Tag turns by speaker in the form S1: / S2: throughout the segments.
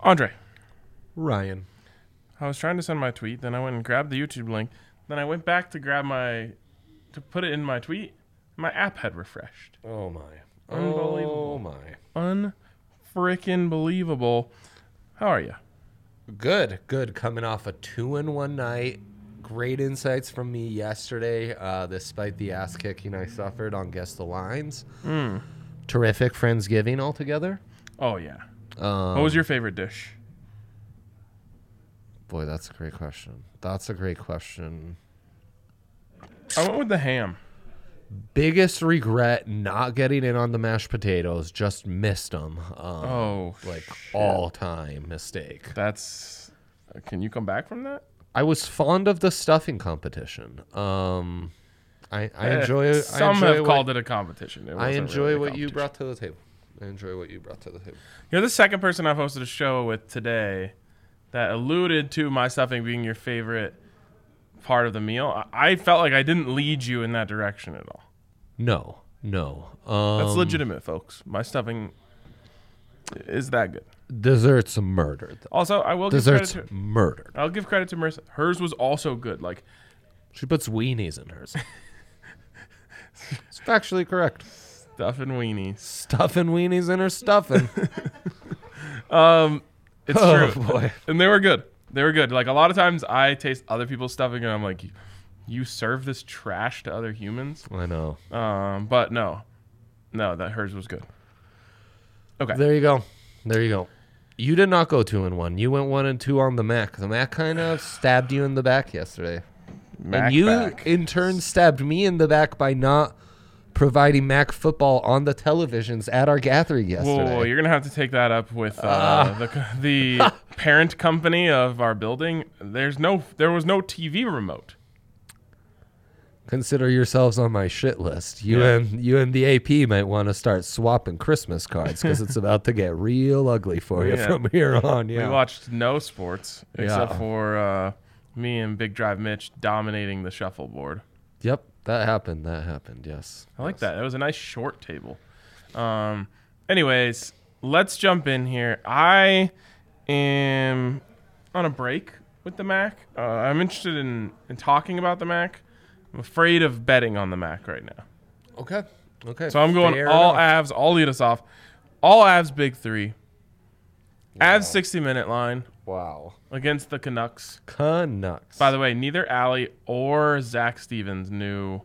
S1: Andre,
S2: Ryan.
S1: I was trying to send my tweet, then I went and grabbed the YouTube link, then I went back to grab my to put it in my tweet. My app had refreshed.
S2: Oh my.
S1: Unbelievable.
S2: Oh my.
S1: Unfrickin' believable. How are you?
S2: Good. Good. Coming off a two in one night. Great insights from me yesterday, uh, despite the ass kicking I suffered on Guess the Lines.
S1: Hmm.
S2: Terrific Friendsgiving altogether.
S1: Oh yeah.
S2: Um,
S1: What was your favorite dish?
S2: boy, that's a great question. That's a great question.
S1: I went with the ham.
S2: Biggest regret not getting in on the mashed potatoes. Just missed them. Um,
S1: Oh,
S2: like
S1: shit.
S2: all time mistake.
S1: That's. Can you come back from that?
S2: I was fond of the stuffing competition. Um, I, I
S1: Eh,
S2: enjoy. I
S1: Some
S2: enjoy
S1: have
S2: what,
S1: called it a competition. It
S2: I
S1: wasn't
S2: enjoy
S1: really a
S2: what you
S1: competition.
S2: brought to the table. I enjoy what you brought to the table.
S1: You're the second person I've hosted a show with today that alluded to my stuffing being your favorite part of the meal. I- I felt like I didn't lead you in that direction at all.
S2: No, no. Um,
S1: That's legitimate, folks. My stuffing is that good.
S2: Desserts murdered.
S1: Also, I will give credit
S2: Desserts
S1: to
S2: murdered.
S1: I'll give credit to Marissa. Hers was also good. Like
S2: She puts weenies in hers. it's factually correct.
S1: stuffing weenies.
S2: Stuffing weenies in her stuffing.
S1: It's
S2: Oh,
S1: true.
S2: boy.
S1: And they were good. They were good. Like a lot of times I taste other people's stuffing and I'm like, you serve this trash to other humans?
S2: I know.
S1: Um, but no, no, that hers was good. Okay,
S2: There you go. There you go. You did not go two and one. You went one and two on the Mac. The Mac kind of stabbed you in the back yesterday.
S1: Mac
S2: and you,
S1: back.
S2: in turn, stabbed me in the back by not providing Mac football on the televisions at our gathering
S1: Whoa,
S2: yesterday. Ah.
S1: whoa, whoa, you're gonna have to take that up with uh, the co- the parent company of our building. There's no, there was no TV remote.
S2: Consider yourselves on my shit list. You and you and the AP might want to start swapping Christmas cards because it's about to get real ugly for you
S1: Yeah.
S2: from here on.
S1: We
S2: Yeah,
S1: watched no sports except
S2: Yeah.
S1: for uh, me and Big Drive Mitch dominating the shuffleboard.
S2: yep, that happened. That happened. Yes,
S1: I like that. That was a nice short table. Um, anyways, let's jump in here. I am on a break with the Mac. Uh, I'm interested in, in talking about the Mac. I'm afraid of betting on the Mac right now.
S2: Okay, okay.
S1: So I'm going
S2: Fair
S1: all
S2: enough.
S1: Avs. I'll lead us off. All Avs big three. Avs 60 minute line.
S2: Wow.
S1: against the Canucks.
S2: Canucks.
S1: By the way, neither Allie or Zach Stevens knew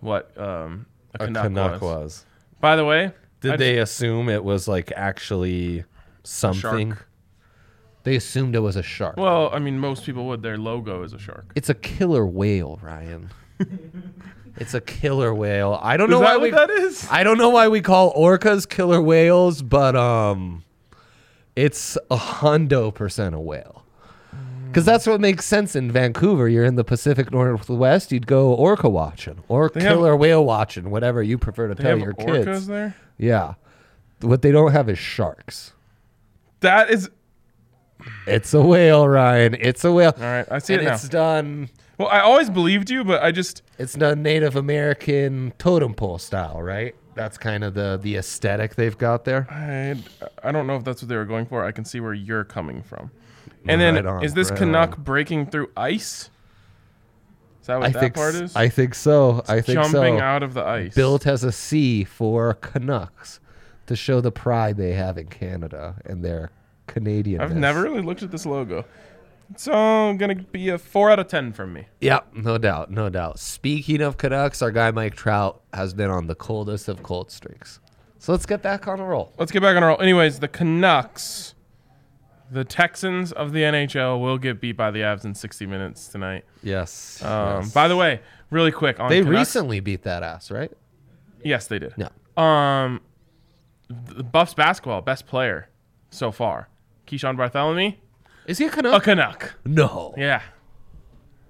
S1: what um, a,
S2: a
S1: Canuck,
S2: Canuck
S1: was.
S2: was.
S1: By the way,
S2: Did
S1: I
S2: they assume it was like actually something? They assumed it was a shark.
S1: Well, I mean, most people would. Their logo is a shark.
S2: it's a killer whale, Ryan. it's a killer whale. I don't
S1: Is
S2: know why
S1: that what
S2: we
S1: that is?
S2: I don't know why we call orcas killer whales, but um, it's a hundo percent a whale. Because that's what makes sense in Vancouver. You're in the Pacific Northwest. You'd go orca watching or
S1: have-
S2: killer whale watching, whatever you prefer to
S1: They
S2: tell
S1: have
S2: your
S1: orcas
S2: kids.
S1: there.
S2: Yeah. What they don't have is sharks.
S1: That is
S2: It's a whale, Ryan. It's a whale.
S1: all right. I see
S2: and
S1: it now.
S2: it's done.
S1: Well, I always believed you, but I just
S2: It's done Native American totem pole style, right? That's kind of the the aesthetic they've got there.
S1: I, I don't know if that's what they were going for. I can see where you're coming from. And
S2: Right
S1: then
S2: on,
S1: is this
S2: right
S1: Canuck breaking through ice? Is that what
S2: I
S1: that
S2: think
S1: part
S2: s-
S1: is?
S2: I think so. I think
S1: Jumping
S2: so.
S1: out of the ice.
S2: Built as a C for Canucks to show the pride they have in Canada and their Canadian.
S1: I've never really looked at this logo. So I'm gonna be a four out of ten from me.
S2: Yep, no doubt, no doubt. Speaking of Canucks, our guy Mike Trout has been on the coldest of cold streaks. So let's get back on a roll.
S1: Let's get back on our roll. Anyways, the Canucks, the Texans of the NHL, will get beat by the Avs in 60 minutes tonight.
S2: Yes.
S1: Um, By the way, really quick on
S2: they
S1: Canucks-
S2: recently beat that ass, right?
S1: Yes, they did.
S2: Yeah.
S1: Um, the Buffs basketball best player so far, Keyshawn Bartholomew,
S2: Is he a
S1: a
S2: Canuck?
S1: Canuck.
S2: No.
S1: Yeah,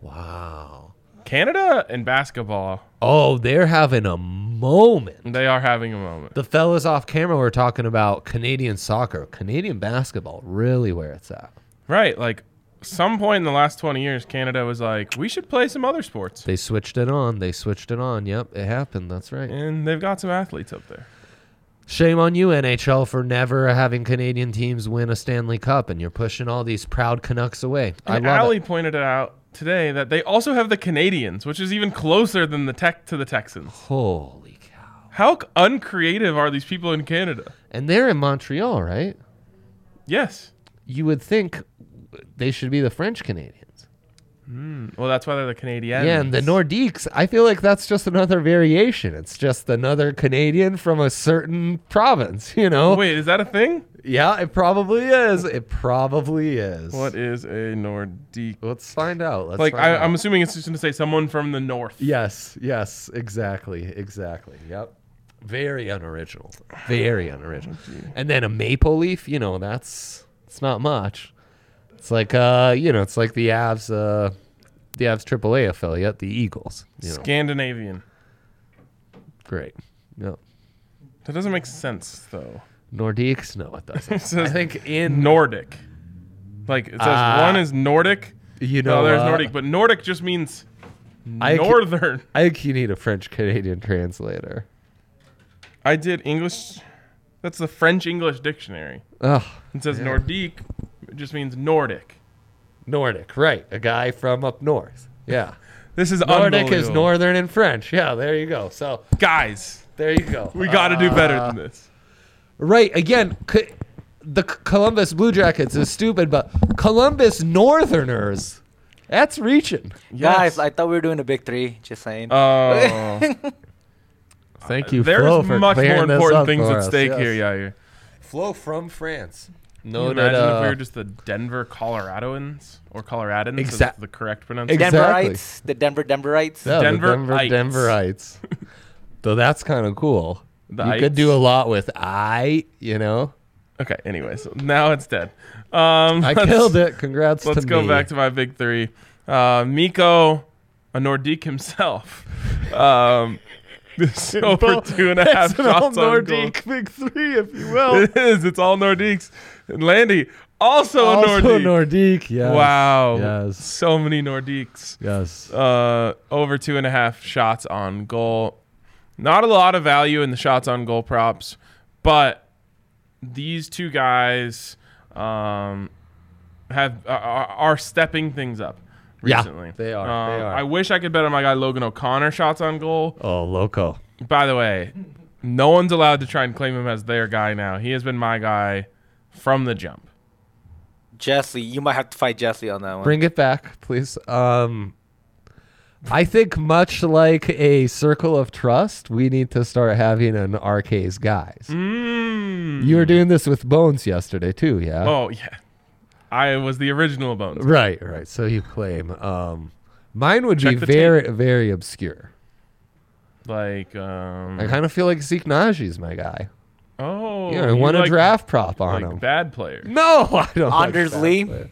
S2: Wow.
S1: Canada and basketball,
S2: Oh, they're having a moment.
S1: they are having a moment.
S2: The fellas off camera were talking about Canadian soccer, Canadian basketball, really where it's at.
S1: Right, like some point in the last 20 years, Canada was like, we should play some other sports,
S2: They switched it on. They switched it on. Yep, it happened. That's right.
S1: and they've got some athletes up there.
S2: Shame on you, NHL, for never having Canadian teams win a Stanley Cup, and you're pushing all these proud Canucks away. I
S1: And
S2: love
S1: Allie
S2: it.
S1: pointed it out today that they also have the Canadians, which is even closer than the Tech to the Texans.
S2: Holy cow!
S1: How c- uncreative are these people in Canada?
S2: And they're in Montreal, right?
S1: Yes.
S2: You would think they should be the French Canadians.
S1: Well, that's why they're the Canadians.
S2: Yeah, and the Nordiques. I feel like that's just another variation. It's just another Canadian from a certain province. You know?
S1: Wait, is that a thing?
S2: Yeah, it probably is. It probably is.
S1: What is a Nordique?
S2: Let's find out. Let's
S1: Like
S2: find
S1: I,
S2: out.
S1: I'm assuming it's just going to say someone from the north.
S2: Yes, yes, exactly, exactly. Yep. Very unoriginal. Very unoriginal. And then a maple leaf, you know, that's it's not much. It's like uh, you know, it's like the Avs uh the Avs AAA affiliate, the Eagles. You know,
S1: Scandinavian.
S2: great. Yep.
S1: That doesn't make sense though.
S2: Nordiques? No, it doesn't.
S1: It says
S2: I think in
S1: Nordic. Like it says
S2: Ah.
S1: one is Nordic,
S2: you
S1: the
S2: know
S1: other is
S2: uh,
S1: Nordic, but Nordic just means
S2: I ca-
S1: northern.
S2: I think you need a French Canadian translator.
S1: I did English. That's the French English dictionary.
S2: Ugh.
S1: It says Nordique, it just means Nordic.
S2: Nordic, right. A guy from up north. Yeah.
S1: This is
S2: Nordic is
S1: unbelievable.
S2: northern and French. Yeah, there you go. So
S1: Guys,
S2: there you go. Uh,
S1: we got to do better than this.
S2: Right. Again, c- the C- Columbus Blue Jackets is stupid, but Columbus Northerners, that's reaching.
S1: Yes.
S3: Guys, I thought we were doing the big three. Just saying.
S2: Uh,
S1: Oh.
S2: Thank you,
S1: There's much more important things at stake here, Yair.
S2: Flo from France. uh,
S1: Can
S2: No,
S1: you imagine if we were just the Denver Coloradoans or Coloradans is
S2: Exact-
S1: the correct pronunciation.
S2: Exact- exactly.
S3: Denverites, the Denver Denverites.
S2: yeah,
S1: Denver
S2: the Denver
S1: Ites.
S2: Denverites. Though that's kind of cool.
S1: The
S2: you
S1: Ites.
S2: could do a lot with I, you know.
S1: Okay. Anyway, so now it's dead. Um,
S2: I
S1: let's-
S2: killed it. Congrats
S1: Let's
S2: to
S1: go
S2: me.
S1: back to my big three. Uh, Miko, a Nordique himself. Um, so over two and a half shots on Nordique.
S2: big three, if you will.
S1: It is. It's all Nordiques. And Landy, also, a
S2: also
S1: Nordique.
S2: Nordique. Yes.
S1: Wow.
S2: Yes.
S1: So many Nordiques.
S2: Yes.
S1: uh, over two and a half shots on goal. Not a lot of value in the shots on goal props, but these two guys um, have uh, are, are stepping things up
S2: Yeah,
S1: recently. Um,
S2: they are, they are.
S1: I wish I could bet on my guy Logan O'Connor shots on goal.
S2: oh, loco.
S1: By the way, no one's allowed to try and claim him as their guy now. He has been my guy from the jump.
S3: Jesley, you might have to fight Jesley on that one.
S2: Bring it back, please. Um, I think much like a circle of trust, we need to start having an RK's guys.
S1: Mm.
S2: You were doing this with Bones yesterday too, yeah?
S1: Oh yeah, I was the original Bones.
S2: Right, right. So you claim. Um, mine would
S1: Check
S2: be
S1: the
S2: very, very obscure.
S1: Like um.
S2: I kind of feel like Zeke Najee's my guy.
S1: Oh,
S2: Yeah, I
S1: you
S2: won
S1: like-
S2: a draft prop on
S1: Like
S2: him.
S1: bad player.
S2: No, I don't. like
S3: Anders
S2: that
S3: Lee?
S2: player.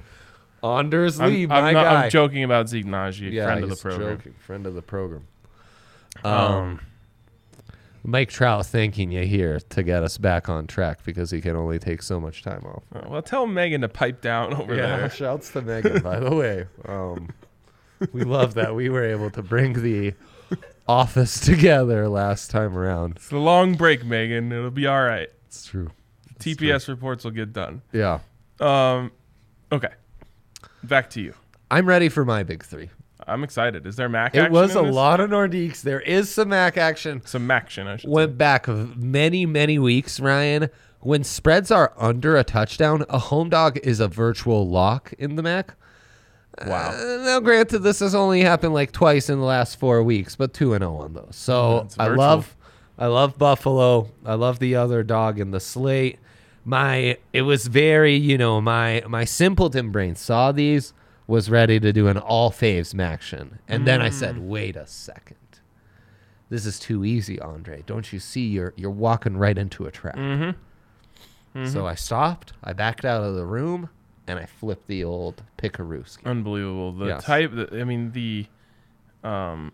S2: Anders
S1: I'm,
S2: Lee,
S1: I'm
S2: my
S1: not-
S2: guy.
S1: I'm joking about Zeke Najee,
S2: Yeah,
S1: friend of the
S2: he's
S1: program.
S2: joking. Friend of the program. Um, Mike Trout thanking you here to get us back on track because he can only take so much time off.
S1: Oh, well, tell Megan to pipe down over there.
S2: shouts to Megan, by the way. Um, we love that we were able to bring the office together last time around.
S1: It's a long break, Megan. It'll be all right.
S2: It's true.
S1: TPS reports will get done.
S2: Yeah.
S1: Um, okay, back to you.
S2: I'm ready for my big three.
S1: I'm excited. Is there Mac?
S2: It
S1: action
S2: was
S1: in
S2: a
S1: this?
S2: lot of Nordiques. There is some Mac action.
S1: Some action, I should.
S2: went back many, many weeks, Ryan. When spreads are under a touchdown, a home dog is a virtual lock in the MAC.
S1: Wow.
S2: Uh, now, granted, this has only happened like twice in the last four weeks, but two and zero on those. So
S1: That's
S2: I
S1: virtual.
S2: love, I love Buffalo. I love the other dog in the slate. My it was very you know my my simpleton brain saw these was ready to do an all faves action, and then I said, wait a second, this is too easy, Andre. Don't you see you're you're walking right into a trap. So I stopped. I backed out of the room. And I flipped the old Pikarooski.
S1: Unbelievable. The
S2: Yes.
S1: type. That, I mean, the um,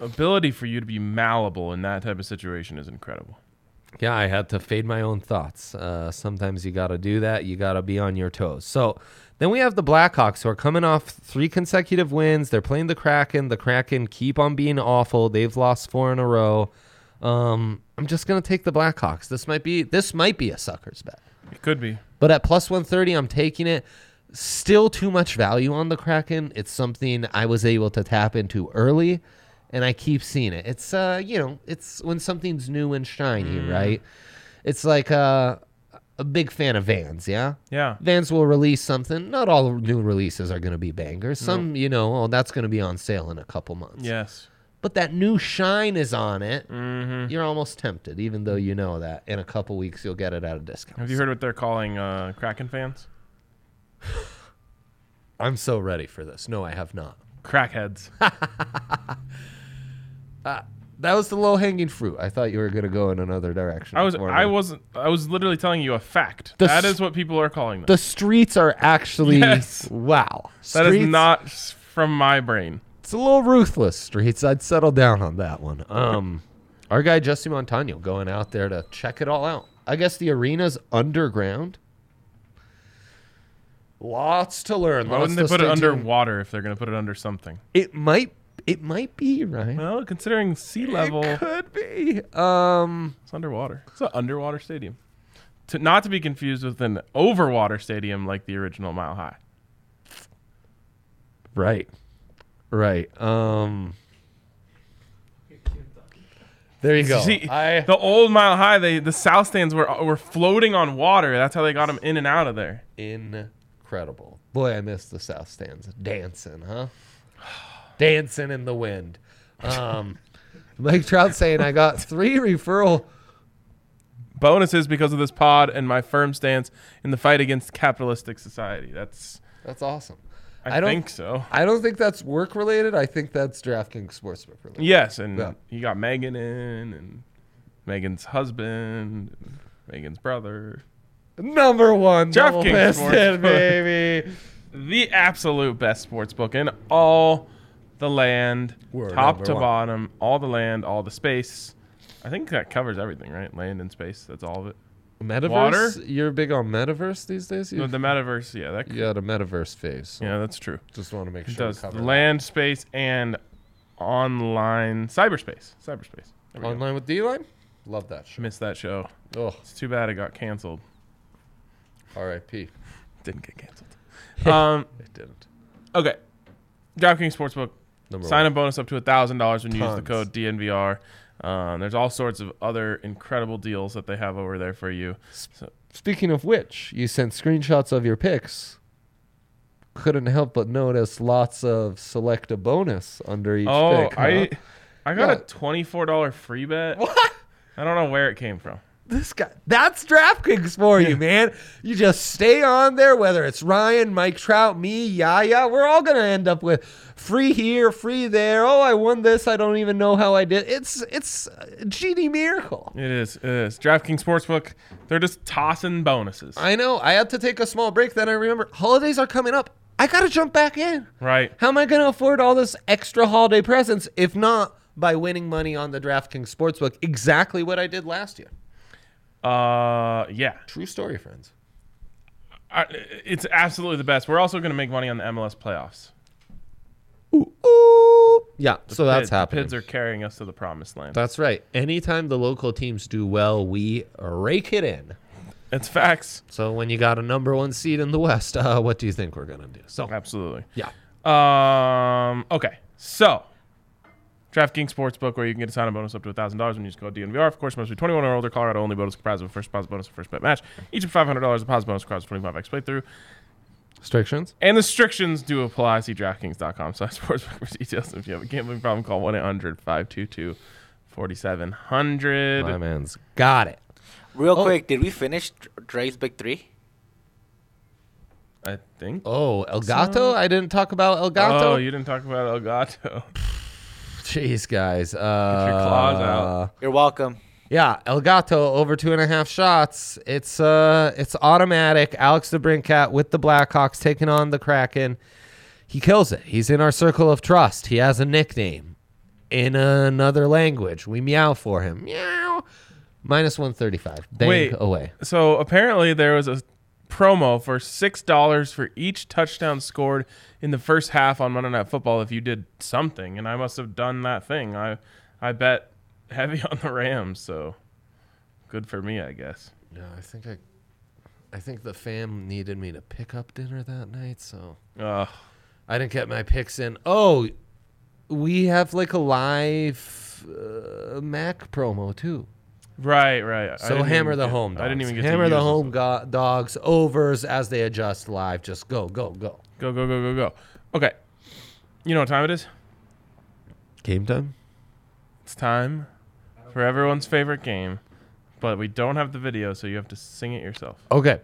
S1: ability for you to be malleable in that type of situation is incredible.
S2: Yeah, I had to fade my own thoughts. Uh, sometimes you got to do that. You got to be on your toes. So then we have the Blackhawks who are coming off three consecutive wins. They're playing the Kraken. The Kraken keep on being awful. They've lost four in a row. Um, I'm just gonna take the Blackhawks. This might be this might be a sucker's bet.
S1: It could be.
S2: But at plus 130, I'm taking it. Still too much value on the Kraken. It's something I was able to tap into early, and I keep seeing it. It's uh, you know, it's when something's new and shiny,
S1: Mm.
S2: right? It's like uh, a big fan of Vans, yeah.
S1: Yeah.
S2: Vans will release something. Not all new releases are going to be bangers. Some, you know, oh, that's going to be on sale in a couple months.
S1: Yes.
S2: But that new shine is on it.
S1: Mm-hmm.
S2: You're almost tempted, even though you know that in a couple weeks you'll get it at a discount.
S1: Have you heard what they're calling uh, Kraken fans?
S2: I'm so ready for this. No, I have not.
S1: Crackheads.
S2: That was the low hanging fruit. I thought you were going to go in another direction.
S1: I was.
S2: for
S1: I
S2: me.
S1: wasn't. I was literally telling you a fact.
S2: The
S1: that
S2: s-
S1: is what people are calling them.
S2: The streets are actually
S1: Yes.
S2: wow.
S1: That is
S2: Streets-
S1: not s- from my brain.
S2: It's a little ruthless. Streets. I'd settle down on that one. Um, our guy Justin Montano going out there to check it all out. I guess the arena's underground. Lots to learn.
S1: Why wouldn't they
S2: Lots to
S1: put it
S2: stay tuned.
S1: underwater if they're going to put it under something?
S2: It might. It might be Ryan.
S1: Well, considering sea level,
S2: It could be. Um.
S1: it's underwater. It's an underwater stadium. To, not to be confused with an overwater stadium like the original Mile High.
S2: Right. Right. Um There you go.
S1: See,
S2: I
S1: the old Mile High, they the south stands were were floating on water. That's how they got them in and out of there.
S2: incredible. Boy, I miss the South Stands. Dancing, huh? Dancing in the wind. Um Mike Trout saying I got three referral
S1: Bonuses because of this pod and my firm stance in the fight against capitalistic society. That's
S2: that's awesome.
S1: I,
S2: don't
S1: think so.
S2: I don't think that's work related. I think that's DraftKings sportsbook related.
S1: Yes, and
S2: Yeah.
S1: you got Megan in, and Megan's husband, and Megan's brother.
S2: Number one, double
S1: DraftKings
S2: piston,
S1: sportsbook.
S2: baby.
S1: the absolute best sports book in all the land,
S2: We're
S1: top
S2: number
S1: to
S2: one.
S1: bottom, all the land, all the space. I think that covers everything, right? Land and space, that's all of it.
S2: Metaverse?
S1: Water?
S2: You're big on metaverse these days?
S1: No,
S2: You
S1: the metaverse, yeah, that
S2: Yeah, the metaverse phase. So
S1: yeah, that's true.
S2: Just want to make
S1: It
S2: sure. we
S1: does
S2: cover
S1: land, space, and online cyberspace. Cyberspace. There
S2: that.
S1: we go.
S2: online with D line. Love that. Show.
S1: Missed that show.
S2: Oh,
S1: It's too bad it got canceled.
S2: R.I.P.
S1: Didn't get canceled. um,
S2: It didn't.
S1: okay. DraftKings Sportsbook.
S2: Number
S1: Sign
S2: one.
S1: up bonus up to thousand dollars when you use the
S2: Tons.
S1: code DNVR. Um, there's all sorts of other incredible deals that they have over there for you. So
S2: Speaking of which, you sent screenshots of your picks couldn't help but notice lots of select a bonus under each
S1: Oh,
S2: pick. huh?
S1: I I got a
S2: What?
S1: twenty-four dollar free bet.
S2: What?
S1: I don't know where it came from.
S2: This guy, that's DraftKings for you, man. You just stay on there, whether it's Ryan, Mike Trout, me, Yaya. We're all gonna end up with free here, free there. Oh, I won this. I don't even know how I did. It's it's a genie miracle.
S1: It is. It is. DraftKings Sportsbook. They're just tossing bonuses.
S2: I know. I had to take a small break. Then I remember holidays are coming up. I gotta jump back in.
S1: right.
S2: How am I gonna afford all this extra holiday presents if not by winning money on the DraftKings sportsbook? Exactly what I did last year.
S1: Uh. Yeah.
S2: True story, friends.
S1: I, it's absolutely the best. We're also going to make money on the MLS playoffs.
S2: Ooh, ooh. Yeah. so that's
S1: Pids- the
S2: happening.
S1: Pids are carrying us to the promised land.
S2: That's right. Anytime the local teams do well, we rake it in.
S1: It's facts.
S2: So when you got a number one seed in the West, uh, what do you think we're gonna do? So
S1: Absolutely.
S2: yeah,
S1: Um. Okay. So, DraftKings Sportsbook, where you can get a sign-up bonus up to thousand dollars when you use code DNVR. Of course, must be twenty-one or older. Colorado only. Bonus comprised of a first deposit bonus, and first bet match. Each of five hundred dollars deposit bonus across twenty-five x playthrough.
S2: restrictions.
S1: And restrictions do apply. See DraftKings.com slash sportsbook for details. If you have a gambling problem, call 1 800 522
S2: My
S1: 4700.
S2: man's got it.
S3: Real
S2: Oh.
S3: quick, did we finish Dr- Dre's big three?
S1: I think.
S2: Oh, Elgato. I didn't talk about Elgato.
S1: Oh, you didn't talk about Elgato.
S2: Jeez, guys. Uh,
S1: claws out.
S3: You're welcome.
S2: Yeah, Elgato over two and a half shots. It's uh, it's automatic. Alex DeBrincat with the Blackhawks taking on the Kraken. He kills it. He's in our circle of trust. He has a nickname in another language. We meow for him. Meow. Minus one thirty-five. Bank
S1: Wait.
S2: away.
S1: So apparently there was a promo for $6 for each touchdown scored in the first half on Monday Night Football if you did something. And I must have done that thing. I, I bet heavy on the Rams. So good for me, I guess.
S2: No, I think I, I think the fam needed me to pick up dinner that night, so
S1: Uh,
S2: I didn't get my picks in. Oh, we have like a live uh, Mac promo too.
S1: right, right. I
S2: So
S1: didn't
S2: hammer
S1: even
S2: the
S1: get-
S2: home dogs.
S1: I didn't even get to
S2: hammer
S1: use
S2: the
S1: this
S2: home go- dogs overs as they adjust live. Just go, go, go.
S1: Go, go, go, go, go. Okay. You know what time it is?
S2: Game time.
S1: It's time for everyone's favorite game, but we don't have the video, so you have to sing it yourself.
S2: Okay.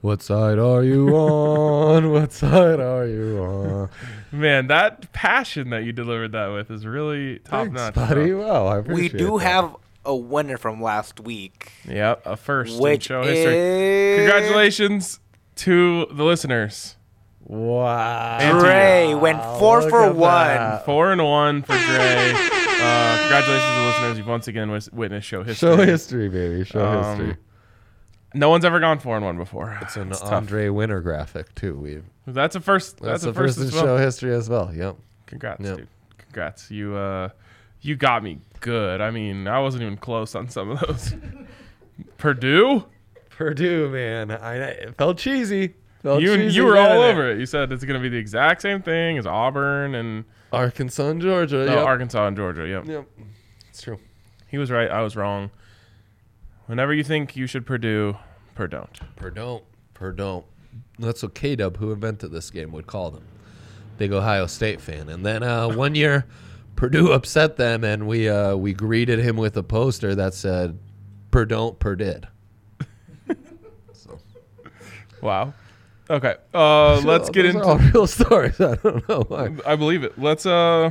S2: What side are you on? what side are you on?
S1: Man, that passion that you delivered that with is really top
S2: Thanks,
S1: notch.
S2: buddy. Wow, I
S3: We
S2: appreciate
S3: do
S2: that.
S3: have a winner from last week,
S1: Yep, a first in
S3: which
S1: show history.
S3: is
S1: Congratulations to the listeners.
S2: Wow.
S3: Dre went four
S2: look
S3: for
S2: at
S3: one.
S2: that.
S1: Four and one for Gray. Uh, congratulations to the listeners. You've once again wis- witnessed show history.
S2: Show history, baby. Show
S1: Um,
S2: history.
S1: No one's ever gone four and one before.
S2: It's an
S1: tough.
S2: Andre Winter graphic too. We
S1: That's a first. That's,
S2: that's, the
S1: a
S2: first,
S1: first as
S2: in
S1: well.
S2: show history as well. Yep.
S1: Congrats,
S2: Yep.
S1: dude. Congrats. You uh you got me good. I mean, I wasn't even close on some of those. Purdue?
S2: Purdue, man. I it felt cheesy. Felt
S1: You
S2: cheesy
S1: you were
S2: getting
S1: all
S2: it.
S1: over it. You said it's gonna be the exact same thing as Auburn and
S2: Arkansas, and Georgia.
S1: oh,
S2: yep.
S1: Arkansas and Georgia. Yep.
S2: Yep. It's true.
S1: He was right, I was wrong. Whenever you think you should Purdue, Purdue don't.
S2: Perdon't. Perdon't. That's what K Dub, who invented this game, would call them. Big Ohio State fan. And then uh, one year, Purdue upset them, and we uh, we greeted him with a poster that said, Perdon't, Perdid. so,
S1: Wow. Okay. Uh let's get
S2: Those are
S1: into
S2: all real stories. I don't know why.
S1: I believe it. Let's uh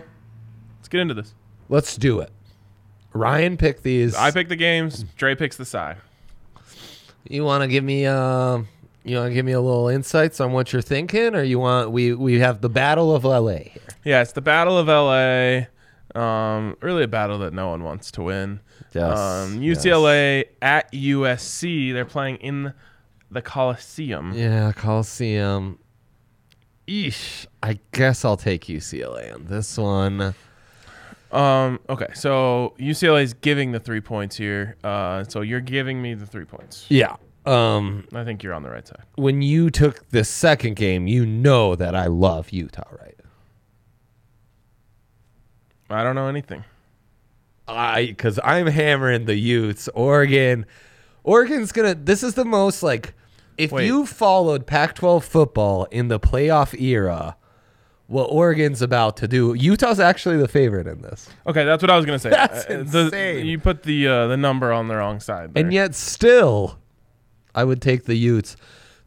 S1: let's get into this.
S2: Let's do it. Ryan picked these.
S1: I pick the games, Dre picks the side.
S2: You want to give me um, you want to give me a little insights on what you're thinking, or you want we we have the Battle of LA here.
S1: Yeah, it's the Battle of LA. Um, really a battle that no one wants to win.
S2: Yes,
S1: um,
S2: yes.
S1: UCLA at USC. They're playing in the Coliseum.
S2: Yeah, Coliseum. Eesh. I guess I'll take UCLA on this one.
S1: Um, okay, so UCLA is giving the three points here. Uh, so you're giving me the three points.
S2: Yeah. Um,
S1: I think you're on the right side.
S2: when you took the second game, you know that I love Utah, right?
S1: I don't know anything.
S2: I because I'm hammering the Utes. Oregon, Oregon's gonna. This is the most like If
S1: Wait.
S2: you followed Pac 12 football in the playoff era, what Oregon's about to do, Utah's actually the favorite in this.
S1: Okay, that's what I was gonna say.
S2: That's
S1: Uh, the-
S2: insane.
S1: you put the uh, the number on the wrong side. there.
S2: And yet, still, I would take the Utes.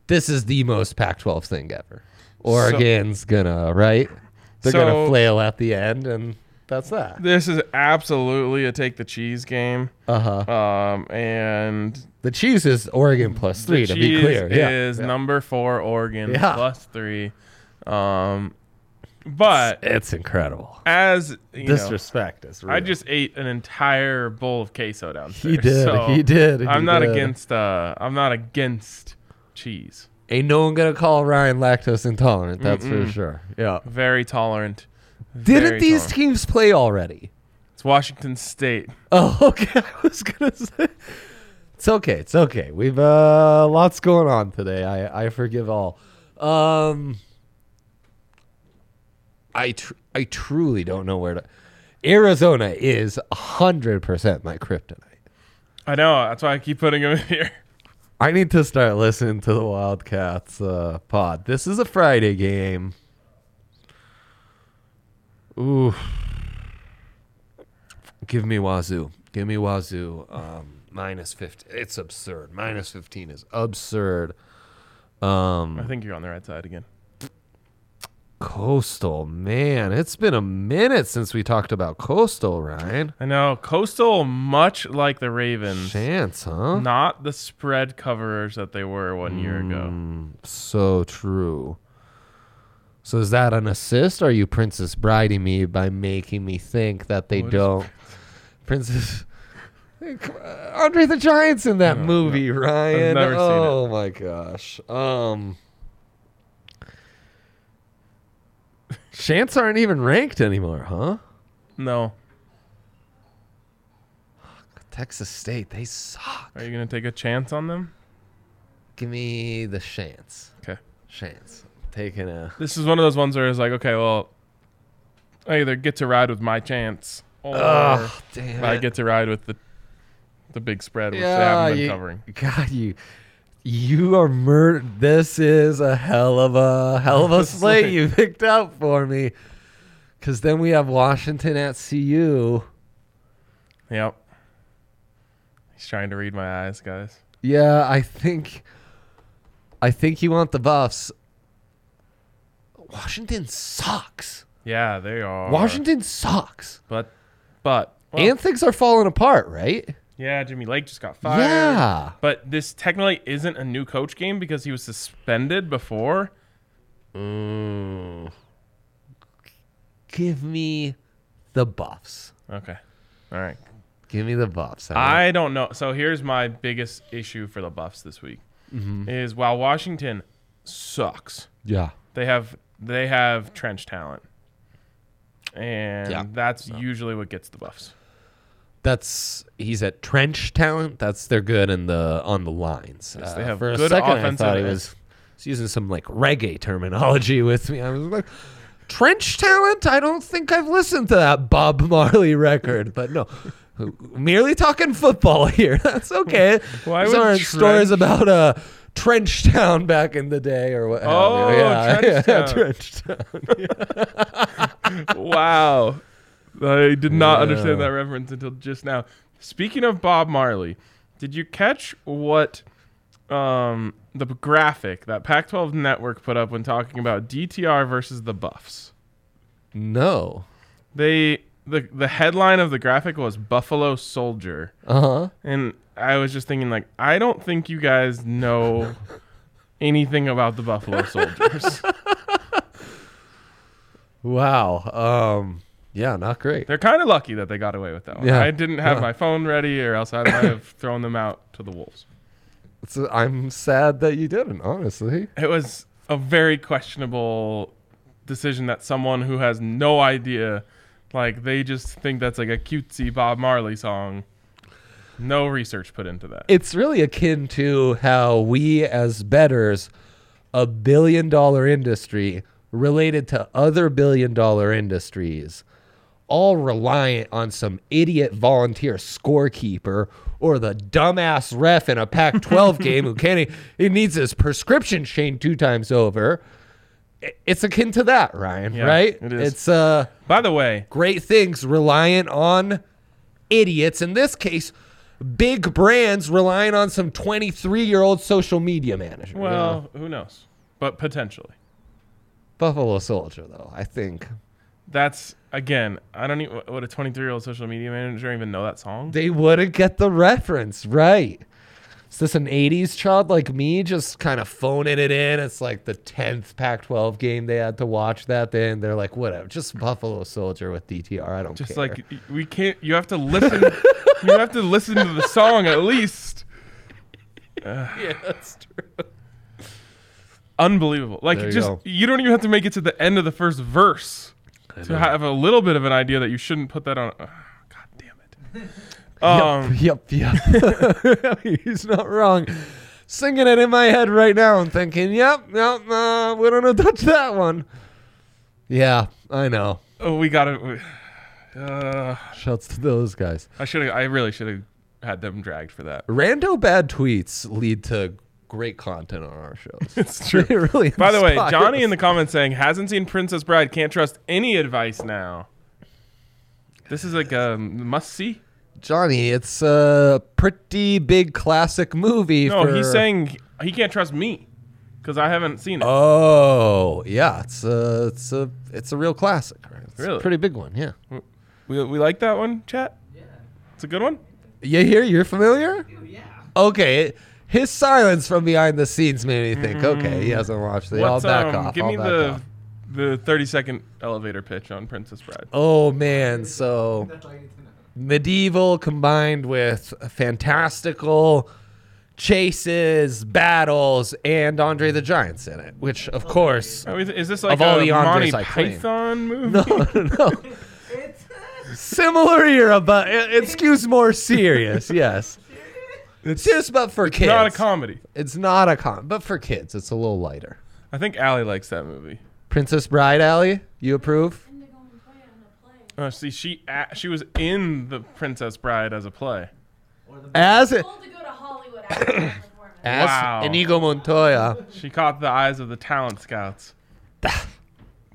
S2: This is the most Pac 12 thing ever. Oregon's gonna, right? They're
S1: So-
S2: gonna flail at the end, and that's that.
S1: this is absolutely a take the cheese game.
S2: Uh huh.
S1: Um, and
S2: The cheese is Oregon plus three,
S1: the
S2: to be
S1: cheese
S2: clear.
S1: is
S2: yeah.
S1: number four Oregon
S2: Yeah.
S1: plus three. Um, but
S2: It's incredible.
S1: as you know,
S2: Disrespect is real.
S1: I just ate an entire bowl of queso downstairs.
S2: He did.
S1: so
S2: he did.
S1: I'm
S2: he
S1: not
S2: did.
S1: against. Uh, I'm not against cheese.
S2: Ain't no one gonna call Ryan lactose intolerant. That's for sure. Yeah.
S1: Very tolerant.
S2: Didn't
S1: very
S2: these
S1: tolerant.
S2: teams play already?
S1: It's Washington State.
S2: Oh, okay. I was gonna say. It's okay. It's okay. We've uh lots going on today. I I forgive all. Um. I tr- I truly don't know where to. Arizona is hundred percent my kryptonite.
S1: I know. That's why I keep putting them in here.
S2: I need to start listening to the Wildcats uh, pod. This is a Friday game. Ooh. Give me Wazoo. Give me Wazoo. Um, minus 15. It's absurd. Minus 15 is absurd. Um,
S1: I think you're on the right side again.
S2: Coastal, man. It's been a minute since we talked about Coastal, Ryan.
S1: I know. Coastal, much like the Ravens,
S2: Chance, huh?
S1: not the spread coverers that they were one year
S2: Mm.
S1: ago.
S2: So true. So is that an assist? Or are you Princess Bridey me by making me think that they don't? Princess Andre the Giant's in that movie, Ryan.
S1: never seen it.
S2: oh my gosh. Um Chants aren't even ranked anymore, huh?
S1: No.
S2: Texas State, they suck.
S1: Are you going to take a chance on them?
S2: Give me the chance.
S1: Okay.
S2: Chance. Taking a
S1: This is one of those ones where it's like, okay, well, I either get to ride with my chance or
S2: Oh, damn.
S1: I
S2: it.
S1: get to ride with the the big spread, which they haven't been
S2: you-
S1: covering.
S2: God, you you are murder. This is a hell of a hell of a slate you picked out for me. Because then we have Washington at CU.
S1: Yep. He's trying to read my eyes, guys.
S2: Yeah, I think I think you want the Buffs. Washington sucks.
S1: Oh, Yeah, they are.
S2: Washington sucks.
S1: But, but. well,
S2: and things are falling apart, right?
S1: Yeah, Jimmy Lake just got fired.
S2: Yeah.
S1: But this technically isn't a new coach game because he was suspended before. Mm.
S2: Give me the Buffs.
S1: Okay. All right.
S2: Give me the Buffs.
S1: I don't know. So here's my biggest issue for the Buffs this week is while Washington sucks,
S2: yeah.
S1: they have they have trench talent. And
S2: Yeah,
S1: that's usually what gets the Buffs.
S2: that's he's at trench talent. That's they're good in the on the lines. Uh,
S1: Yes, they have
S2: for a
S1: good
S2: second, I
S1: offensive
S2: thought he
S1: end.
S2: was, he's using some like reggae terminology with me. I was like, trench talent. I don't think I've listened to that Bob Marley record, but no. Merely talking football here. That's okay.
S1: Why
S2: These
S1: would
S2: aren't
S1: trench-
S2: stories about uh, trench town back in the day or what? have you.
S1: Oh,
S2: yeah,
S1: Trench
S2: yeah,
S1: Town.
S2: trench town.
S1: wow. I did not
S2: Yeah.
S1: understand that reference until just now. Speaking of Bob Marley, did you catch what um, the graphic that Pac 12 Network put up when talking about DTR versus the Buffs?
S2: No.
S1: They. The, the headline of the graphic was Buffalo Soldier.
S2: Uh huh.
S1: And I was just thinking, like, I don't think you guys know anything about the Buffalo Soldiers.
S2: Wow. Um. Yeah. Not great.
S1: They're kind of lucky that they got away with that one.
S2: Yeah.
S1: I didn't have
S2: Yeah.
S1: my phone ready, or else I might have thrown them out to the wolves.
S2: So I'm sad that you didn't, honestly.
S1: It was a very questionable decision that someone who has no idea, like, they just think that's like a cutesy Bob Marley song. No research put into that.
S2: It's really akin to how we, as betters, a billion dollar industry related to other billion dollar industries, all reliant on some idiot volunteer scorekeeper or the dumbass ref in a Pac 12 game who can't, e-, he needs his prescription chain two times over. I- It's akin to that, Ryan,
S1: Yeah,
S2: right?
S1: it is.
S2: It's uh,
S1: By the way,
S2: great things reliant on idiots. In this case, big brands relying on some 23 year old social media manager. you know?
S1: well, who knows? But potentially.
S2: Buffalo Soldier, though, I think
S1: That's again, I don't even would a 23-year-old social media manager even know that song?
S2: they wouldn't get the reference right. Is this an 80s child like me just kind of phoning it in? It's like the 10th Pac 12 game they had to watch that then. They're like, whatever, just Buffalo Soldier with DTR. I don't
S1: Just
S2: care.
S1: like y- we can't you have to listen you have to listen to the song at least.
S2: yeah, that's true.
S1: Unbelievable. Like
S2: There you
S1: just
S2: go.
S1: you don't even have to make it to the end of the first verse to have a little bit of an idea that you shouldn't put that on Ugh, God damn it. Um
S2: Yep, yep. He's not wrong. Singing it in my head right now and thinking, yep, yep, uh, we don't touch that one. Yeah, I know.
S1: oh, we got to uh,
S2: Shouts to those guys.
S1: I should have I really should have had them dragged for that.
S2: Rando bad tweets lead to great content on our shows.
S1: It's true.
S2: They really
S1: By the way,
S2: inspire
S1: Johnny in the
S2: us.
S1: comments saying hasn't seen Princess Bride, can't trust any advice now. This is like a must see.
S2: Johnny, it's a pretty big classic movie.
S1: No,
S2: for-
S1: he's saying he can't trust me because I haven't seen it.
S2: Oh, yeah, it's a it's a it's a real classic. Right? It's
S1: Really?
S2: a pretty big one. Yeah.
S1: we, we like that one, chat. Yeah, it's a good one.
S2: You hear? You're familiar? Yeah. Okay. His silence from behind the scenes made me think. Okay, he hasn't watched it. I'll
S1: What's,
S2: back
S1: um,
S2: off.
S1: Give
S2: I'll
S1: me
S2: back
S1: the
S2: off.
S1: the thirty second elevator pitch on Princess Bride.
S2: Oh man, so medieval combined with fantastical chases, battles, and Andre the Giant's in it, which of course.
S1: Oh, is, is this like
S2: Of all
S1: a
S2: the
S1: Monty
S2: Andres I claim.
S1: Python movie?
S2: No, no. Similar era, but it, skews more serious. Yes, it's just but for kids.
S1: Not a comedy.
S2: It's not a con, but for kids, it's a little lighter.
S1: I think Allie likes that movie.
S2: Princess Bride, Alley, you approve?
S1: Oh, see, she a she was in the Princess Bride as a play.
S2: As as
S4: told to go to Hollywood after the performance.
S1: Wow.
S2: Inigo Montoya,
S1: She caught the eyes of the talent scouts.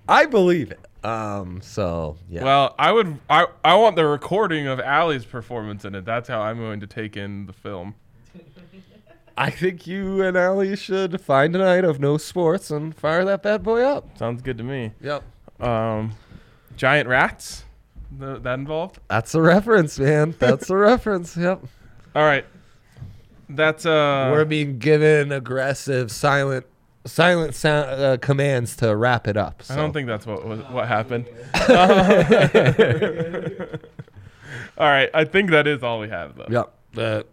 S2: I believe it. Um, so yeah,
S1: Well, I would I, I want the recording of Allie's performance in it. That's how I'm going to take in the film.
S2: I think you and Allie should find a night of no sports and fire that bad boy up.
S1: Sounds good to me.
S2: Yep,
S1: Um, giant rats, Th- that involved.
S2: that's a reference, man. That's a reference. Yep,
S1: All right, that's uh.
S2: we're being given aggressive, silent, silent sound, uh, commands to wrap it up. So.
S1: I don't think that's what was, what happened. all right, I think that is all we have though.
S2: Yep. The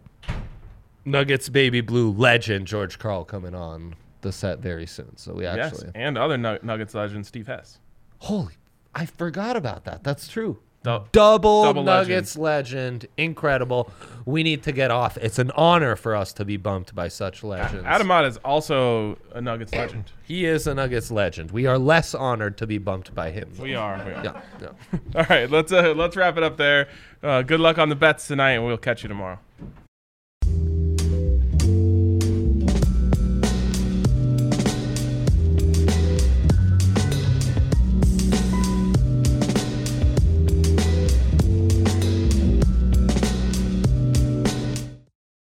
S2: Nuggets baby blue legend George Carl coming on the set very soon. So we
S1: Yes,
S2: actually
S1: and other Nug- Nuggets legend Steve Hess.
S2: holy, I forgot about that. That's true.
S1: Dou-
S2: Double,
S1: Double legend.
S2: Nuggets legend. incredible. We need to get off. It's an honor for us to be bumped by such legends.
S1: Adamot is also a Nuggets legend.
S2: he is a Nuggets legend. We are less honored to be bumped by him.
S1: We are. We are.
S2: Yeah, yeah.
S1: All right, let's uh, let's wrap it up there. Uh, good luck on the bets tonight, and we'll catch you tomorrow.